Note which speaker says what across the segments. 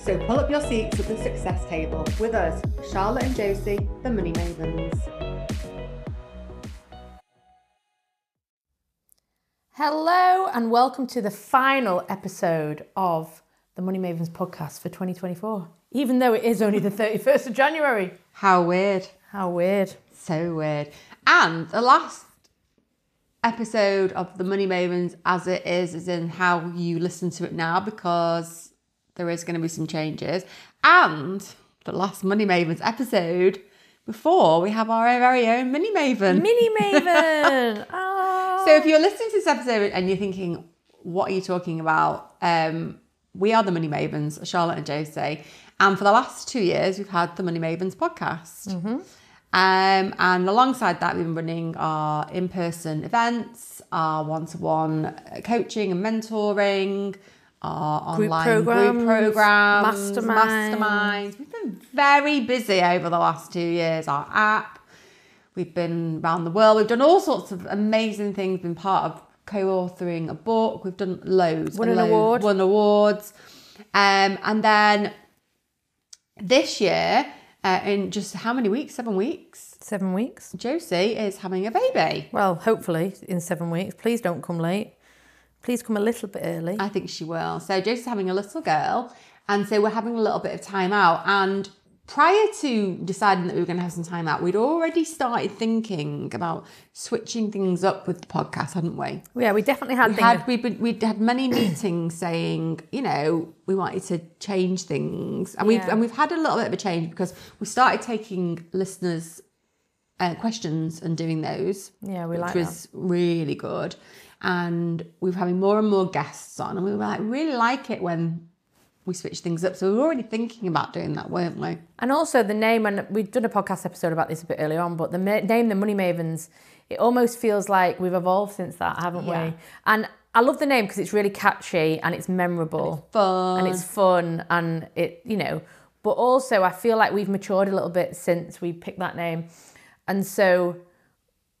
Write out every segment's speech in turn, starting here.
Speaker 1: So pull up your seats at the success table with us, Charlotte and Josie, the Money Mavens.
Speaker 2: Hello, and welcome to the final episode of the Money Mavens podcast for 2024, even though it is only the 31st of January.
Speaker 1: How weird.
Speaker 2: How weird.
Speaker 1: So weird. And the last episode of the Money Mavens as it is, is in how you listen to it now because there is going to be some changes. And the last Money Mavens episode before we have our very own Mini Maven.
Speaker 2: Mini Maven. oh.
Speaker 1: so if you're listening to this episode and you're thinking, what are you talking about? Um, we are the Money Mavens, Charlotte and Josie. And for the last two years, we've had the Money Mavens podcast.
Speaker 2: Mm-hmm.
Speaker 1: Um, and alongside that, we've been running our in person events, our one to one coaching and mentoring, our
Speaker 2: Group
Speaker 1: online
Speaker 2: programs,
Speaker 1: group programs,
Speaker 2: masterminds.
Speaker 1: masterminds. We've been very busy over the last two years. Our app, we've been around the world, we've done all sorts of amazing things, been part of co authoring a book, we've done loads.
Speaker 2: Won
Speaker 1: and
Speaker 2: an
Speaker 1: loads-
Speaker 2: award.
Speaker 1: Won awards. Um, and then this year, uh, in just how many weeks? Seven weeks.
Speaker 2: Seven weeks.
Speaker 1: Josie is having a baby.
Speaker 2: Well, hopefully in seven weeks. Please don't come late. Please come a little bit early.
Speaker 1: I think she will. So Josie's having a little girl, and so we're having a little bit of time out. And prior to deciding that we were going to have some time out, we'd already started thinking about switching things up with the podcast, hadn't we?
Speaker 2: yeah, we definitely had
Speaker 1: We
Speaker 2: things.
Speaker 1: had we would we'd had many meetings saying, you know, we wanted to change things, and we've
Speaker 2: Yeah.
Speaker 1: and we've had a little bit of a change because we started taking listeners. Uh, questions and doing those.
Speaker 2: Yeah, we like
Speaker 1: which was really good. And we were having more and more guests on, and we were like, really like it when we switch things up. So we were already thinking about doing that, weren't we?
Speaker 2: and also the name, and we've done a podcast episode about this a bit earlier on, but the ma- name, the Money Mavens, it almost feels like we've evolved since that, haven't
Speaker 1: Yeah.
Speaker 2: we? And I love the name because it's really catchy and it's memorable
Speaker 1: Fun.
Speaker 2: and it's fun and it, you know, but also I feel like we've matured a little bit since we picked that name. And so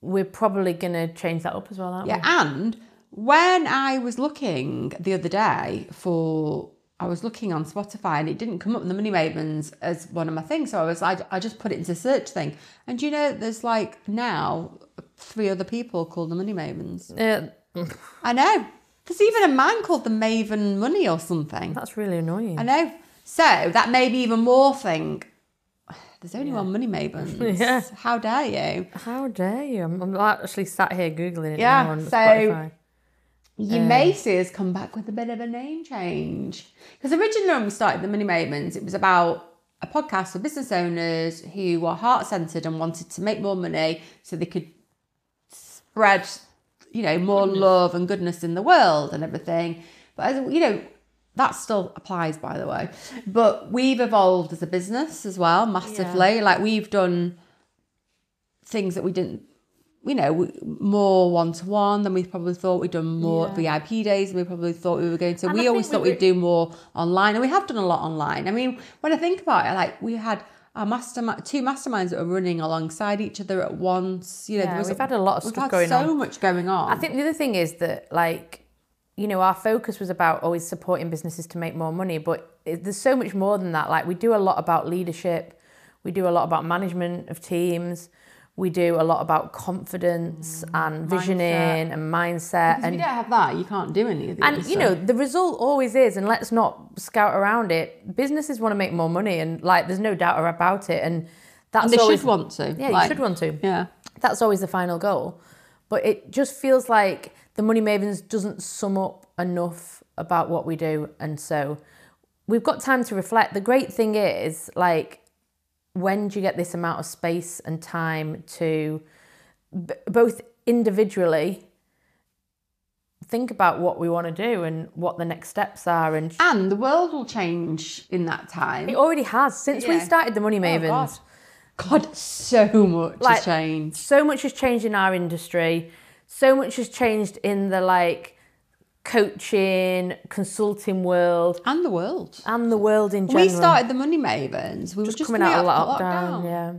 Speaker 2: we're probably going to change that up as well, aren't we?
Speaker 1: Yeah, and when I was looking the other day for, I was looking on Spotify and it didn't come up in the Money Mavens as one of my things. So I was, I, I just put it into search thing. And do you know, there's like now three other people called the Money Mavens.
Speaker 2: Uh,
Speaker 1: I know. There's even a man called the Maven Money or something.
Speaker 2: that's really annoying.
Speaker 1: I know. So that may be even more thing. There's only one Money Mavens.
Speaker 2: Yeah.
Speaker 1: How dare you?
Speaker 2: How dare you? I'm, I'm actually sat here googling it
Speaker 1: Yeah,
Speaker 2: now on
Speaker 1: so-
Speaker 2: Spotify.
Speaker 1: You may see us come back with a bit of a name change. Because originally when we started the Money Mavens, it was about a podcast for business owners who were heart centered and wanted to make more money so they could spread, you know, more love and goodness in the world and everything. But as you know, that still applies by the way. But we've evolved as a business as well massively. Like we've done things that we didn't you know, we- more one to one than we probably thought. We'd done more VIP days than we probably thought we were going to.
Speaker 2: And I
Speaker 1: we
Speaker 2: think
Speaker 1: always
Speaker 2: we
Speaker 1: thought
Speaker 2: were-
Speaker 1: we'd do more online, and we have done a lot online. I mean, when I think about it, like we had our mastermind, two masterminds that were running alongside each other at once. You know,
Speaker 2: Yeah,
Speaker 1: there was
Speaker 2: we've had a lot of
Speaker 1: we've
Speaker 2: stuff
Speaker 1: had
Speaker 2: going
Speaker 1: so
Speaker 2: on.
Speaker 1: much going on.
Speaker 2: I think the other thing is that, like, you know, our focus was about always supporting businesses to make more money, but it, there's so much more than that. Like, we do a lot about leadership, we do a lot about management of teams, we do a lot about
Speaker 1: Mm.
Speaker 2: confidence and visioning and mindset.
Speaker 1: if
Speaker 2: and
Speaker 1: you don't have that, you can't do any of the other
Speaker 2: And you
Speaker 1: stuff.
Speaker 2: know, the result always is, and let's not scout around it. Businesses want to make more money, and like, there's no doubt about it. And that's
Speaker 1: they
Speaker 2: always
Speaker 1: should want to.
Speaker 2: yeah,
Speaker 1: like-
Speaker 2: you should want to.
Speaker 1: Yeah,
Speaker 2: That's always the final goal, but it just feels like the Money Mavens doesn't sum up enough about what we do, and so we've got time to reflect. The great thing is, like, when do you get this amount of space and time to b- both individually think about what we want to do and what the next steps are and
Speaker 1: and the world will change in that time.
Speaker 2: it already has since we
Speaker 1: Yeah. Oh,
Speaker 2: started the money
Speaker 1: God.
Speaker 2: mavens
Speaker 1: God, so much
Speaker 2: Like-
Speaker 1: has changed.
Speaker 2: so much has changed in our industry so much has changed in the like coaching consulting world
Speaker 1: And the world.
Speaker 2: and the world in general
Speaker 1: We started the Money Mavens. We were
Speaker 2: just,
Speaker 1: just
Speaker 2: coming out of
Speaker 1: lockdown.
Speaker 2: lockdown,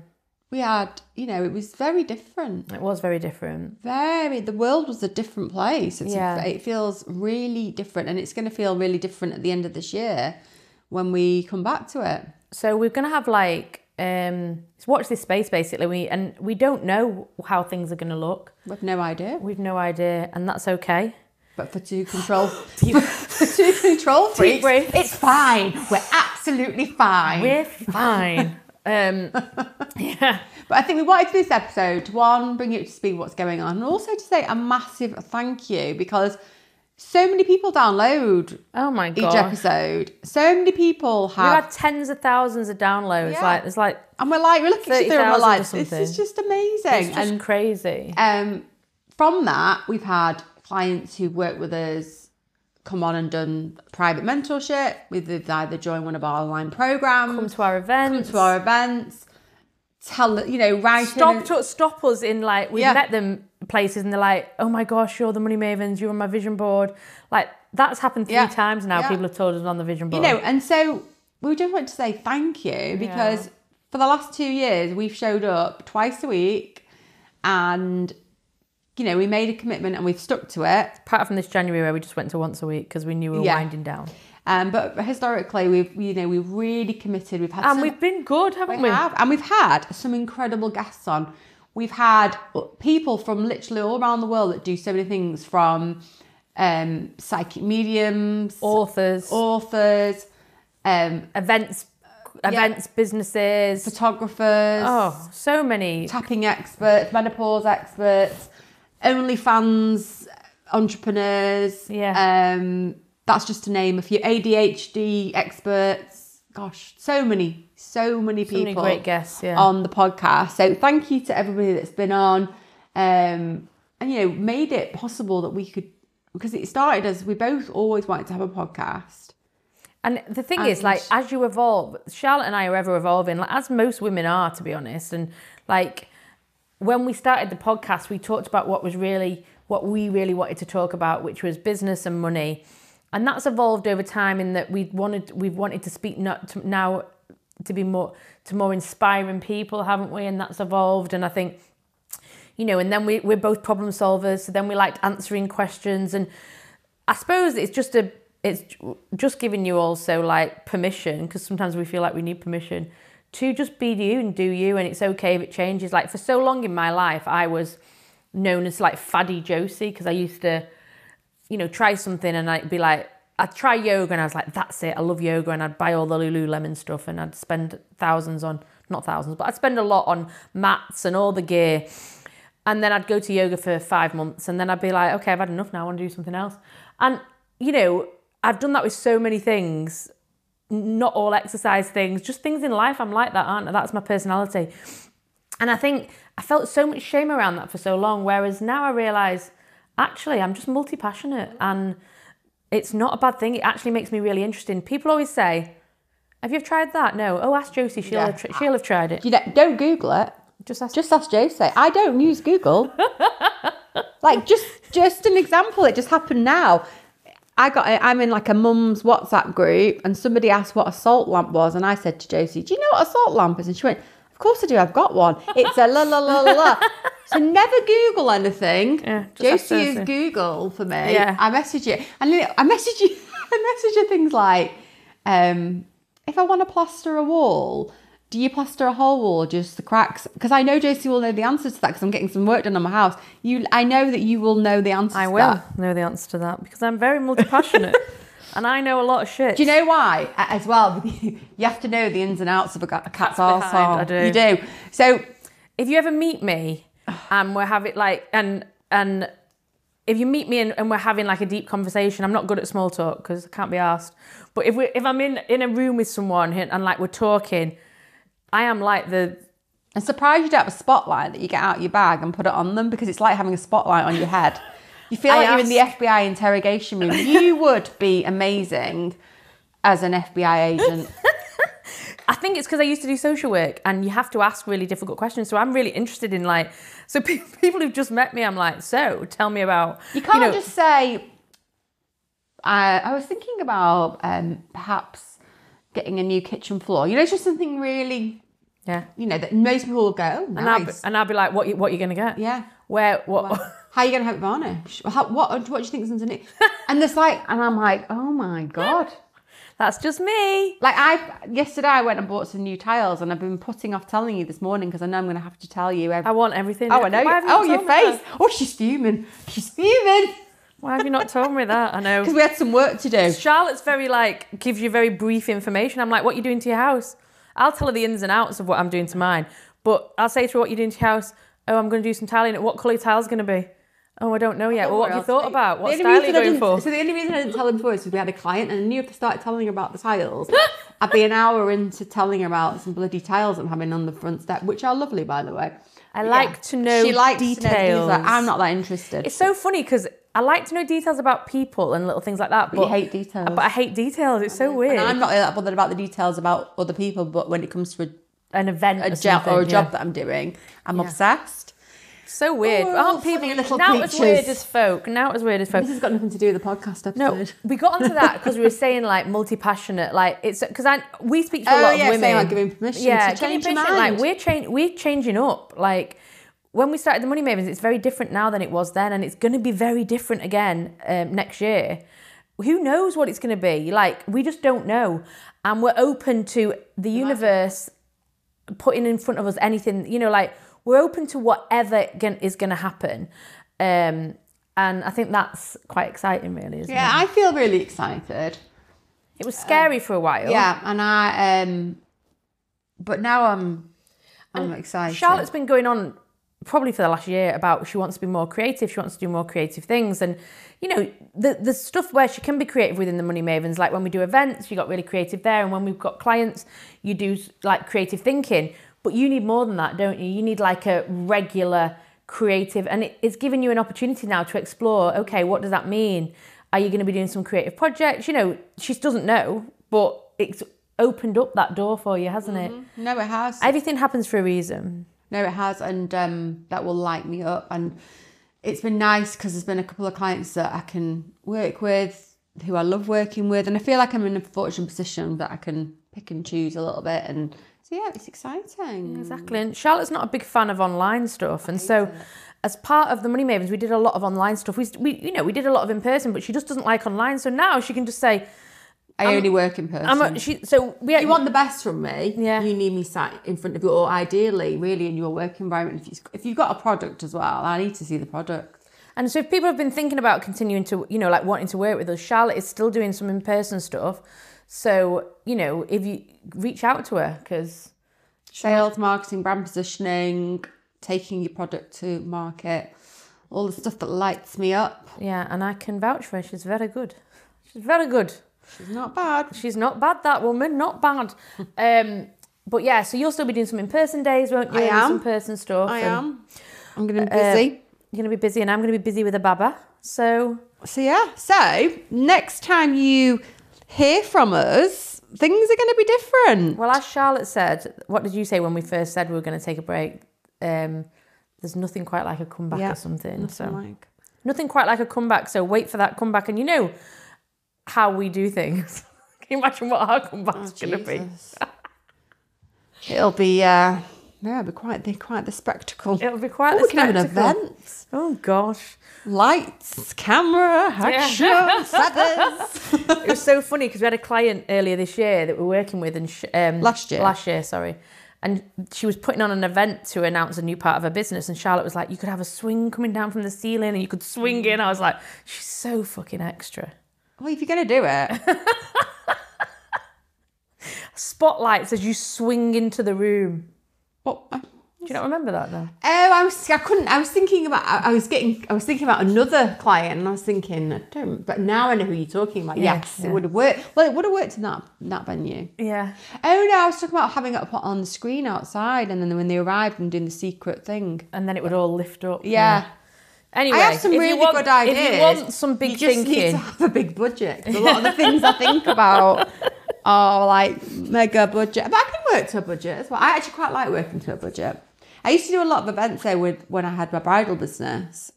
Speaker 1: We had, you know, it was very different.
Speaker 2: yeah it was very different
Speaker 1: Very, the world was a different place. It's,
Speaker 2: Yeah.
Speaker 1: It feels really different, and it's going to feel really different at the end of this year when we come back to it.
Speaker 2: so we're gonna have like um it's watch this space basically we and we don't know how things are gonna look
Speaker 1: We've no idea,
Speaker 2: we've no idea and that's okay
Speaker 1: but for two control, for two control freaks,
Speaker 2: breath.
Speaker 1: it's fine. We're absolutely fine.
Speaker 2: we're fine um yeah
Speaker 1: But I think we wanted to do this episode to one, bring you up to speed what's going on, and also to say a massive thank you because so many people download
Speaker 2: oh my
Speaker 1: each
Speaker 2: god
Speaker 1: episode. So many people
Speaker 2: we've
Speaker 1: have,
Speaker 2: had tens of thousands of downloads
Speaker 1: Yeah.
Speaker 2: like it's like
Speaker 1: and we're like, we're looking at each other and we're
Speaker 2: 30,000 or
Speaker 1: like, this
Speaker 2: something.
Speaker 1: is just amazing.
Speaker 2: it's just crazy
Speaker 1: and um, from that, we've had clients who work with us come on and done private mentorship. We've either joined one of our online programs,
Speaker 2: come to our events
Speaker 1: to our events, tell you know, write in and-
Speaker 2: stop to, stop us in like we
Speaker 1: Yeah.
Speaker 2: have met them places and they're like oh my gosh you're the money mavens you're on my vision board like that's happened three
Speaker 1: Yeah.
Speaker 2: times now
Speaker 1: Yeah.
Speaker 2: people have told us on the vision board
Speaker 1: You know, and so we just want to say thank you because for the last two years we've showed up twice a week and you know, we made a commitment and we've stuck to it.
Speaker 2: apart from this january where we just went to once a week because we knew we were
Speaker 1: Yeah.
Speaker 2: winding down
Speaker 1: Um, but historically we've you know, we've really committed. We've had
Speaker 2: and
Speaker 1: some-
Speaker 2: we've been good haven't we,
Speaker 1: we have. And we've had some incredible guests on. We've had people from literally all around the world that do so many things from um psychic mediums,
Speaker 2: authors
Speaker 1: authors, um
Speaker 2: events events businesses
Speaker 1: photographers.
Speaker 2: oh so many
Speaker 1: tapping experts, menopause experts, OnlyFans entrepreneurs.
Speaker 2: Yeah.
Speaker 1: Um, that's just to name a few. ADHD experts. Gosh, so many, so many
Speaker 2: so
Speaker 1: people
Speaker 2: many great guests yeah
Speaker 1: on the podcast. So thank you to everybody that's been on, um, and you know made it possible that we could because it started as we both always wanted to have a podcast.
Speaker 2: And the thing is, like, as you evolve, Charlotte and I are ever evolving, like, as most women are, to be honest. And like, when we started the podcast, we talked about what was really what we really wanted to talk about, which was business and money, and that's evolved over time. In that we wanted we've wanted to speak not to, now to be more to more inspiring people, haven't we? And that's evolved. And I think you know, and then we, we're both problem solvers, so then we liked answering questions. And I suppose it's just a, it's ju- just giving you also like permission, because sometimes we feel like we need permission to just be you and do you, and it's okay if it changes. Like for so long in my life, I was known as like Faddy Josie, because I used to, you know, try something and I'd be like, I'd try yoga and I was like, that's it, I love yoga. And I'd buy all the Lululemon stuff and I'd spend thousands on, not thousands, but I'd spend a lot on mats and all the gear. And then I'd go to yoga for five months and then I'd be like, okay, I've had enough now, I want to do something else. And, you know, I've done that with so many things, not all exercise things, just things in life. I'm like that, aren't I? That's my personality. And I think I felt so much shame around that for so long. Whereas now I realise, actually, I'm just multi passionate and it's not a bad thing. It actually makes me really interesting. People always say, have you tried that? No. Oh, ask Josie. She'll,
Speaker 1: Yeah.
Speaker 2: have, tri- she'll have tried it.
Speaker 1: You know, don't Google it.
Speaker 2: Just ask
Speaker 1: Just ask Jose. I don't use Google. like just just an example. It just happened now. I got a, I'm in like a mum's WhatsApp group, and somebody asked what a salt lamp was, and I said to Josie, "Do you know what a salt lamp is?" And she went, "Of course I do. I've got one. It's a la la la la." la." So never Google anything.
Speaker 2: Yeah, just ask
Speaker 1: Josie is
Speaker 2: Josie.
Speaker 1: Google for me.
Speaker 2: Yeah.
Speaker 1: I message you, and then I message you, I message you things like, um, if I want to plaster a wall, do you plaster a whole wall or just the cracks? Because I know Josie will know the answer to that because I'm getting some work done on my house. You, I know that you will know the answer.
Speaker 2: I
Speaker 1: to
Speaker 2: will
Speaker 1: that.
Speaker 2: know the answer to that because I'm very multi passionate and I know a lot of shit.
Speaker 1: Do you know why? A- As well, you have to know the ins and outs of a, cat- a cat's
Speaker 2: behind,
Speaker 1: arsehole.
Speaker 2: I do.
Speaker 1: You do. So
Speaker 2: if you ever meet me and we're having like and and if you meet me and, and we're having like a deep conversation, I'm not good at small talk because I can't be asked. But if we if I'm in in a room with someone and, and like we're talking, I am like the
Speaker 1: I'm surprised you don't have a spotlight that you get out your bag and put it on them because it's like having a spotlight on your head. You feel
Speaker 2: I
Speaker 1: like you're in the FBI interrogation room. You would be amazing as an FBI agent.
Speaker 2: I think it's because I used to do social work and you have to ask really difficult questions. So I'm really interested in like, so pe- people who've just met me, I'm like, so tell me about.
Speaker 1: You can't
Speaker 2: know-
Speaker 1: just say. I, I was thinking about um, perhaps getting a new kitchen floor. You know, it's just something really,
Speaker 2: Yeah.
Speaker 1: you know, that most people will go. Oh,
Speaker 2: And, I'll, be-
Speaker 1: nice.
Speaker 2: and I'll be like, what, you, what are you going to get?
Speaker 1: yeah.
Speaker 2: Where, what?
Speaker 1: How are you going to have it varnished? How, what, what do you think is underneath? and there's like, and I'm like, oh my God.
Speaker 2: That's just me.
Speaker 1: Like I yesterday, I went and bought some new tiles, and I've been putting off telling you this morning because I know I'm going to have to tell you. Every-
Speaker 2: I want everything.
Speaker 1: oh, I know.
Speaker 2: Why
Speaker 1: you-
Speaker 2: have you not
Speaker 1: Oh, your
Speaker 2: told me
Speaker 1: face.
Speaker 2: that?
Speaker 1: Oh, she's fuming. She's fuming
Speaker 2: Why have you not told me that? I know.
Speaker 1: because we had some work to do.
Speaker 2: Charlotte's very like gives you very brief information. I'm like, what are you doing to your house? I'll tell her the ins and outs of what I'm doing to mine, but I'll say to her what you're doing to your house. Oh, I'm going to do some tiling. What colour your tile's going to be? Oh, I don't know yet. well, what have you thought about? What
Speaker 1: The
Speaker 2: style
Speaker 1: only
Speaker 2: are you
Speaker 1: reason I
Speaker 2: going
Speaker 1: didn't-
Speaker 2: for?
Speaker 1: So the only reason I didn't tell him before is because we had a client, and I knew if I started telling her about the tiles, I'd be an hour into telling her about some bloody tiles I'm having on the front step, which are lovely, by the way.
Speaker 2: I
Speaker 1: But
Speaker 2: like to know
Speaker 1: She likes to know
Speaker 2: details.
Speaker 1: things that I'm not that interested.
Speaker 2: It's so funny because I like to know details about people and little things like that. But,
Speaker 1: you hate details.
Speaker 2: But I hate details. It's so weird.
Speaker 1: and I'm not that bothered about the details about other people, but when it comes to a
Speaker 2: An event
Speaker 1: a
Speaker 2: or
Speaker 1: job
Speaker 2: something,
Speaker 1: or a
Speaker 2: yeah.
Speaker 1: job that I'm doing. I'm obsessed.
Speaker 2: So weird.
Speaker 1: we're all
Speaker 2: Aren't
Speaker 1: Oh, funny
Speaker 2: people
Speaker 1: little
Speaker 2: now as weird
Speaker 1: creatures.
Speaker 2: as folk? Now as weird as folk.
Speaker 1: This has got nothing to do with the podcast episode.
Speaker 2: No, we got onto that because we were saying like multi-passionate, like it's because I we speak to a
Speaker 1: Oh,
Speaker 2: lot
Speaker 1: yeah,
Speaker 2: of women.
Speaker 1: saying, like, giving permission
Speaker 2: yeah,
Speaker 1: to
Speaker 2: giving
Speaker 1: change your
Speaker 2: permission, Like
Speaker 1: mind.
Speaker 2: we're changing, we're changing up. Like when we started the Money Mavens, it's very different now than it was then, and it's going to be very different again um, next year. Who knows what it's going to be? Like we just don't know, and we're open to the universe putting in front of us anything you know like we're open to whatever gan- is going to happen um and i think that's quite exciting really isn't
Speaker 1: Yeah,
Speaker 2: it
Speaker 1: I feel really excited.
Speaker 2: it was scary for a while
Speaker 1: Yeah, and I um, but now I'm I'm excited.
Speaker 2: charlotte's been going on probably for the last year about she wants to be more creative she wants to do more creative things and you know the the stuff where she can be creative within the money mavens like when we do events she got really creative there and when we've got clients you do like creative thinking but you need more than that don't you you need like a regular creative and it, it's giving you an opportunity now to explore okay what does that mean are you going to be doing some creative projects you know she doesn't know but it's opened up that door for you hasn't it
Speaker 1: No, it has.
Speaker 2: everything happens for a reason
Speaker 1: No, it has, and um, that will light me up. And it's been nice because there's been a couple of clients that I can work with, who I love working with, and I feel like I'm in a fortunate position that I can pick and choose a little bit. And so yeah, it's exciting.
Speaker 2: Exactly. And Charlotte's not a big fan of online stuff. And so, as part of the Money Mavens, we did a lot of online stuff. We, we, you know, we did a lot of in person, but she just doesn't like online. So now she can just say,
Speaker 1: I only work in person.
Speaker 2: I'm a, she, so we,
Speaker 1: you want the best from me,
Speaker 2: Yeah.
Speaker 1: you need me sat in front of you, or ideally, really, in your work environment. If, you, if you've got a product as well, I need to see the product.
Speaker 2: and so if people have been thinking about continuing to, you know, like wanting to work with us, Charlotte is still doing some in person stuff. So, you know, if you reach out to her, because
Speaker 1: Sales, marketing, brand positioning, taking your product to market, all the stuff that lights me up.
Speaker 2: yeah, and I can vouch for her. She's very good. She's very good.
Speaker 1: She's not bad.
Speaker 2: She's not bad, that woman. Not bad. Um, but yeah, so you'll still be doing some in-person days, won't you?
Speaker 1: I am.
Speaker 2: Some person stuff.
Speaker 1: I
Speaker 2: and
Speaker 1: am. Um, I'm going to be busy.
Speaker 2: You're gonna be busy, and I'm gonna be busy with a baba. So
Speaker 1: so yeah. So next time you hear from us, things are going to be different.
Speaker 2: Well, as Charlotte said, what did you say when we first said we were going to take a break? Um, there's nothing quite like a comeback
Speaker 1: Yeah,
Speaker 2: or something. so
Speaker 1: Like,
Speaker 2: nothing quite like a comeback. So wait for that comeback, and you know how we do things. Can you imagine what our comeback's going to be?
Speaker 1: Oh, Jesus. It'll be uh, no, it'll be quite the quite the spectacle.
Speaker 2: It'll be quite.
Speaker 1: Oh,
Speaker 2: the
Speaker 1: we can have an
Speaker 2: spectacle.
Speaker 1: event.
Speaker 2: Oh gosh,
Speaker 1: Lights, camera, action, feathers.
Speaker 2: it was so funny because we had a client earlier this year that we were working with, and sh- um,
Speaker 1: Last year.
Speaker 2: last year, sorry. And she was putting on an event to announce a new part of her business, and Charlotte was like, "You could have a swing coming down from the ceiling, and you could swing in." I was like, "She's so fucking extra."
Speaker 1: Well, if you're going to do it,
Speaker 2: Spotlights as you swing into the room.
Speaker 1: what? Oh,
Speaker 2: Do you not remember that though?
Speaker 1: I was I couldn't. I was thinking about. I, I was getting. I was thinking about another client, and I was thinking, I don't. But now I know who you're talking about.
Speaker 2: Yeah,
Speaker 1: yes,
Speaker 2: yeah.
Speaker 1: it would have worked. Well, it would have worked in that that venue.
Speaker 2: Yeah.
Speaker 1: Oh no, I was talking about having it up on the screen outside, and then when they arrived and doing the secret thing.
Speaker 2: And then it would all lift up.
Speaker 1: Yeah.
Speaker 2: Anyway,
Speaker 1: I have some
Speaker 2: if you
Speaker 1: really
Speaker 2: want-
Speaker 1: good ideas.
Speaker 2: If you want some big
Speaker 1: you just
Speaker 2: thinking,
Speaker 1: need to have a big budget. 'cause A lot of the things I think about are like mega budget, but I can work to a budget as well. I actually quite like working to a budget. I used to do a lot of events there with when I had my bridal business,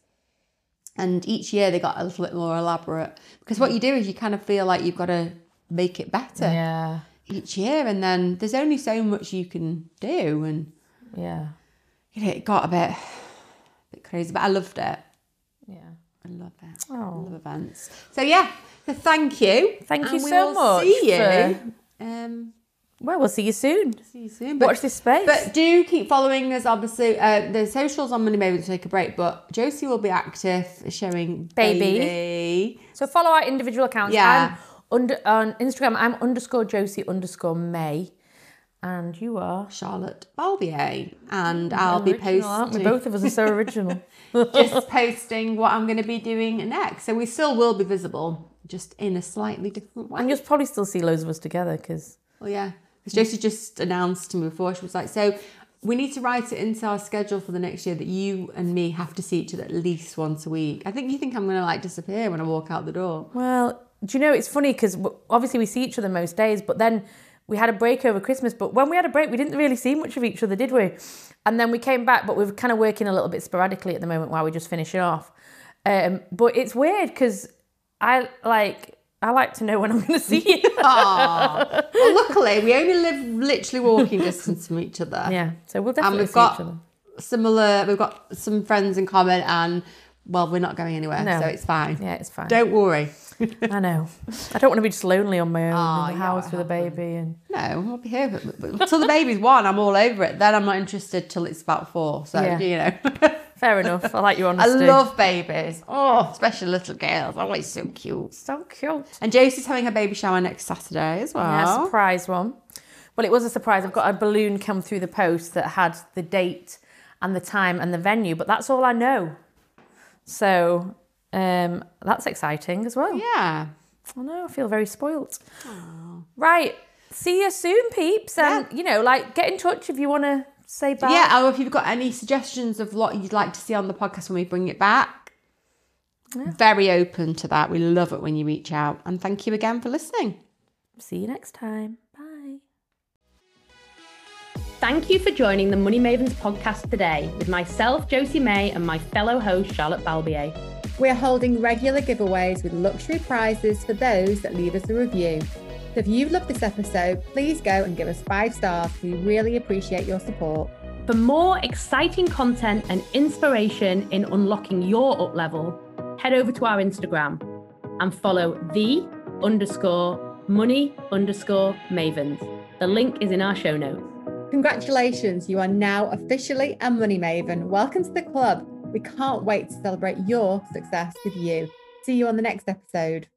Speaker 1: and each year they got a little bit more elaborate because what you do is you kind of feel like you've got to make it better
Speaker 2: Yeah.
Speaker 1: each year, and then there's only so much you can do, and
Speaker 2: Yeah.
Speaker 1: you know, it got a bit, bit crazy, but I loved it.
Speaker 2: Yeah.
Speaker 1: I love it. I
Speaker 2: Oh.
Speaker 1: love events. So yeah, so thank you.
Speaker 2: Thank you
Speaker 1: And we
Speaker 2: so
Speaker 1: will
Speaker 2: much
Speaker 1: See you.
Speaker 2: for-
Speaker 1: Um,
Speaker 2: Well, we'll see you soon.
Speaker 1: see you soon.
Speaker 2: Watch this space.
Speaker 1: But do keep following us. Obviously, uh, the socials on Monday maybe to take a break, but Josie will be active showing
Speaker 2: Baby.
Speaker 1: baby.
Speaker 2: So follow our individual accounts.
Speaker 1: Yeah.
Speaker 2: I'm under on Instagram. I'm underscore Josie underscore May, and you are.
Speaker 1: Charlotte Balbier, and I'll be
Speaker 2: original, aren't we?
Speaker 1: posting
Speaker 2: Both of us are so original.
Speaker 1: just posting what I'm going to be doing next. So we still will be visible, just in a slightly different way.
Speaker 2: and you'll probably still see loads of us together because
Speaker 1: Well, Oh, yeah, because
Speaker 2: Mm.
Speaker 1: Josie just announced to me before she was like, "So we need to write it into our schedule for the next year that you and me have to see each other at least once a week." I think you think I'm going to like disappear when I walk out the door.
Speaker 2: well, do you know it's funny because obviously we see each other most days, but then we had a break over Christmas. But when we had a break, we didn't really see much of each other, did we? And then we came back, but we were kind of working a little bit sporadically at the moment while we're just finishing off. Um, but it's weird because I like I like to know when I'm going to see you.
Speaker 1: Aww. well, luckily we only live literally walking distance from each other.
Speaker 2: Yeah, so we'll
Speaker 1: And
Speaker 2: definitely
Speaker 1: we've
Speaker 2: see
Speaker 1: got
Speaker 2: each other.
Speaker 1: similar. We've got some friends in common, and well, we're not going anywhere,
Speaker 2: No.
Speaker 1: so it's fine.
Speaker 2: Yeah, it's fine.
Speaker 1: Don't worry.
Speaker 2: I know. I don't want to be just lonely on my own
Speaker 1: Oh,
Speaker 2: in the
Speaker 1: yeah,
Speaker 2: house
Speaker 1: it
Speaker 2: with a baby and
Speaker 1: No, I'll be here. But, but until the baby's one, I'm all over it. Then I'm not interested till it's about four. So
Speaker 2: Yeah.
Speaker 1: you know.
Speaker 2: fair enough. I like your
Speaker 1: I
Speaker 2: honesty.
Speaker 1: love babies. Oh, especially little girls. Always so cute.
Speaker 2: so cute.
Speaker 1: And Josie's having her baby shower next Saturday as
Speaker 2: Yeah,
Speaker 1: well.
Speaker 2: surprise one. Well, it was a surprise. I've got a balloon come through the post that had the date and the time and the venue, but that's all I know. So um, that's exciting as well.
Speaker 1: Yeah.
Speaker 2: I know. I feel very spoilt. Right. See you soon, peeps. And you know, like, get in touch if you want to say bye.
Speaker 1: Yeah. Or if you've got any suggestions of what you'd like to see on the podcast when we bring it back, very open to that. We love it when you reach out. And thank you again for listening.
Speaker 2: See you next time. Bye.
Speaker 3: Thank you for joining the Money Mavens podcast today with myself, Josie May, and my fellow host, Charlotte Balbier.
Speaker 4: We are holding regular giveaways with luxury prizes for those that leave us a review. So if you loved this episode, please go and give us five stars. We really appreciate your support.
Speaker 3: For more exciting content and inspiration in unlocking your up level, head over to our Instagram and follow the underscore money underscore mavens. The link is in our show notes.
Speaker 4: Congratulations, you are now officially a money maven. Welcome to the club. We can't wait to celebrate your success with you. See you on the next episode.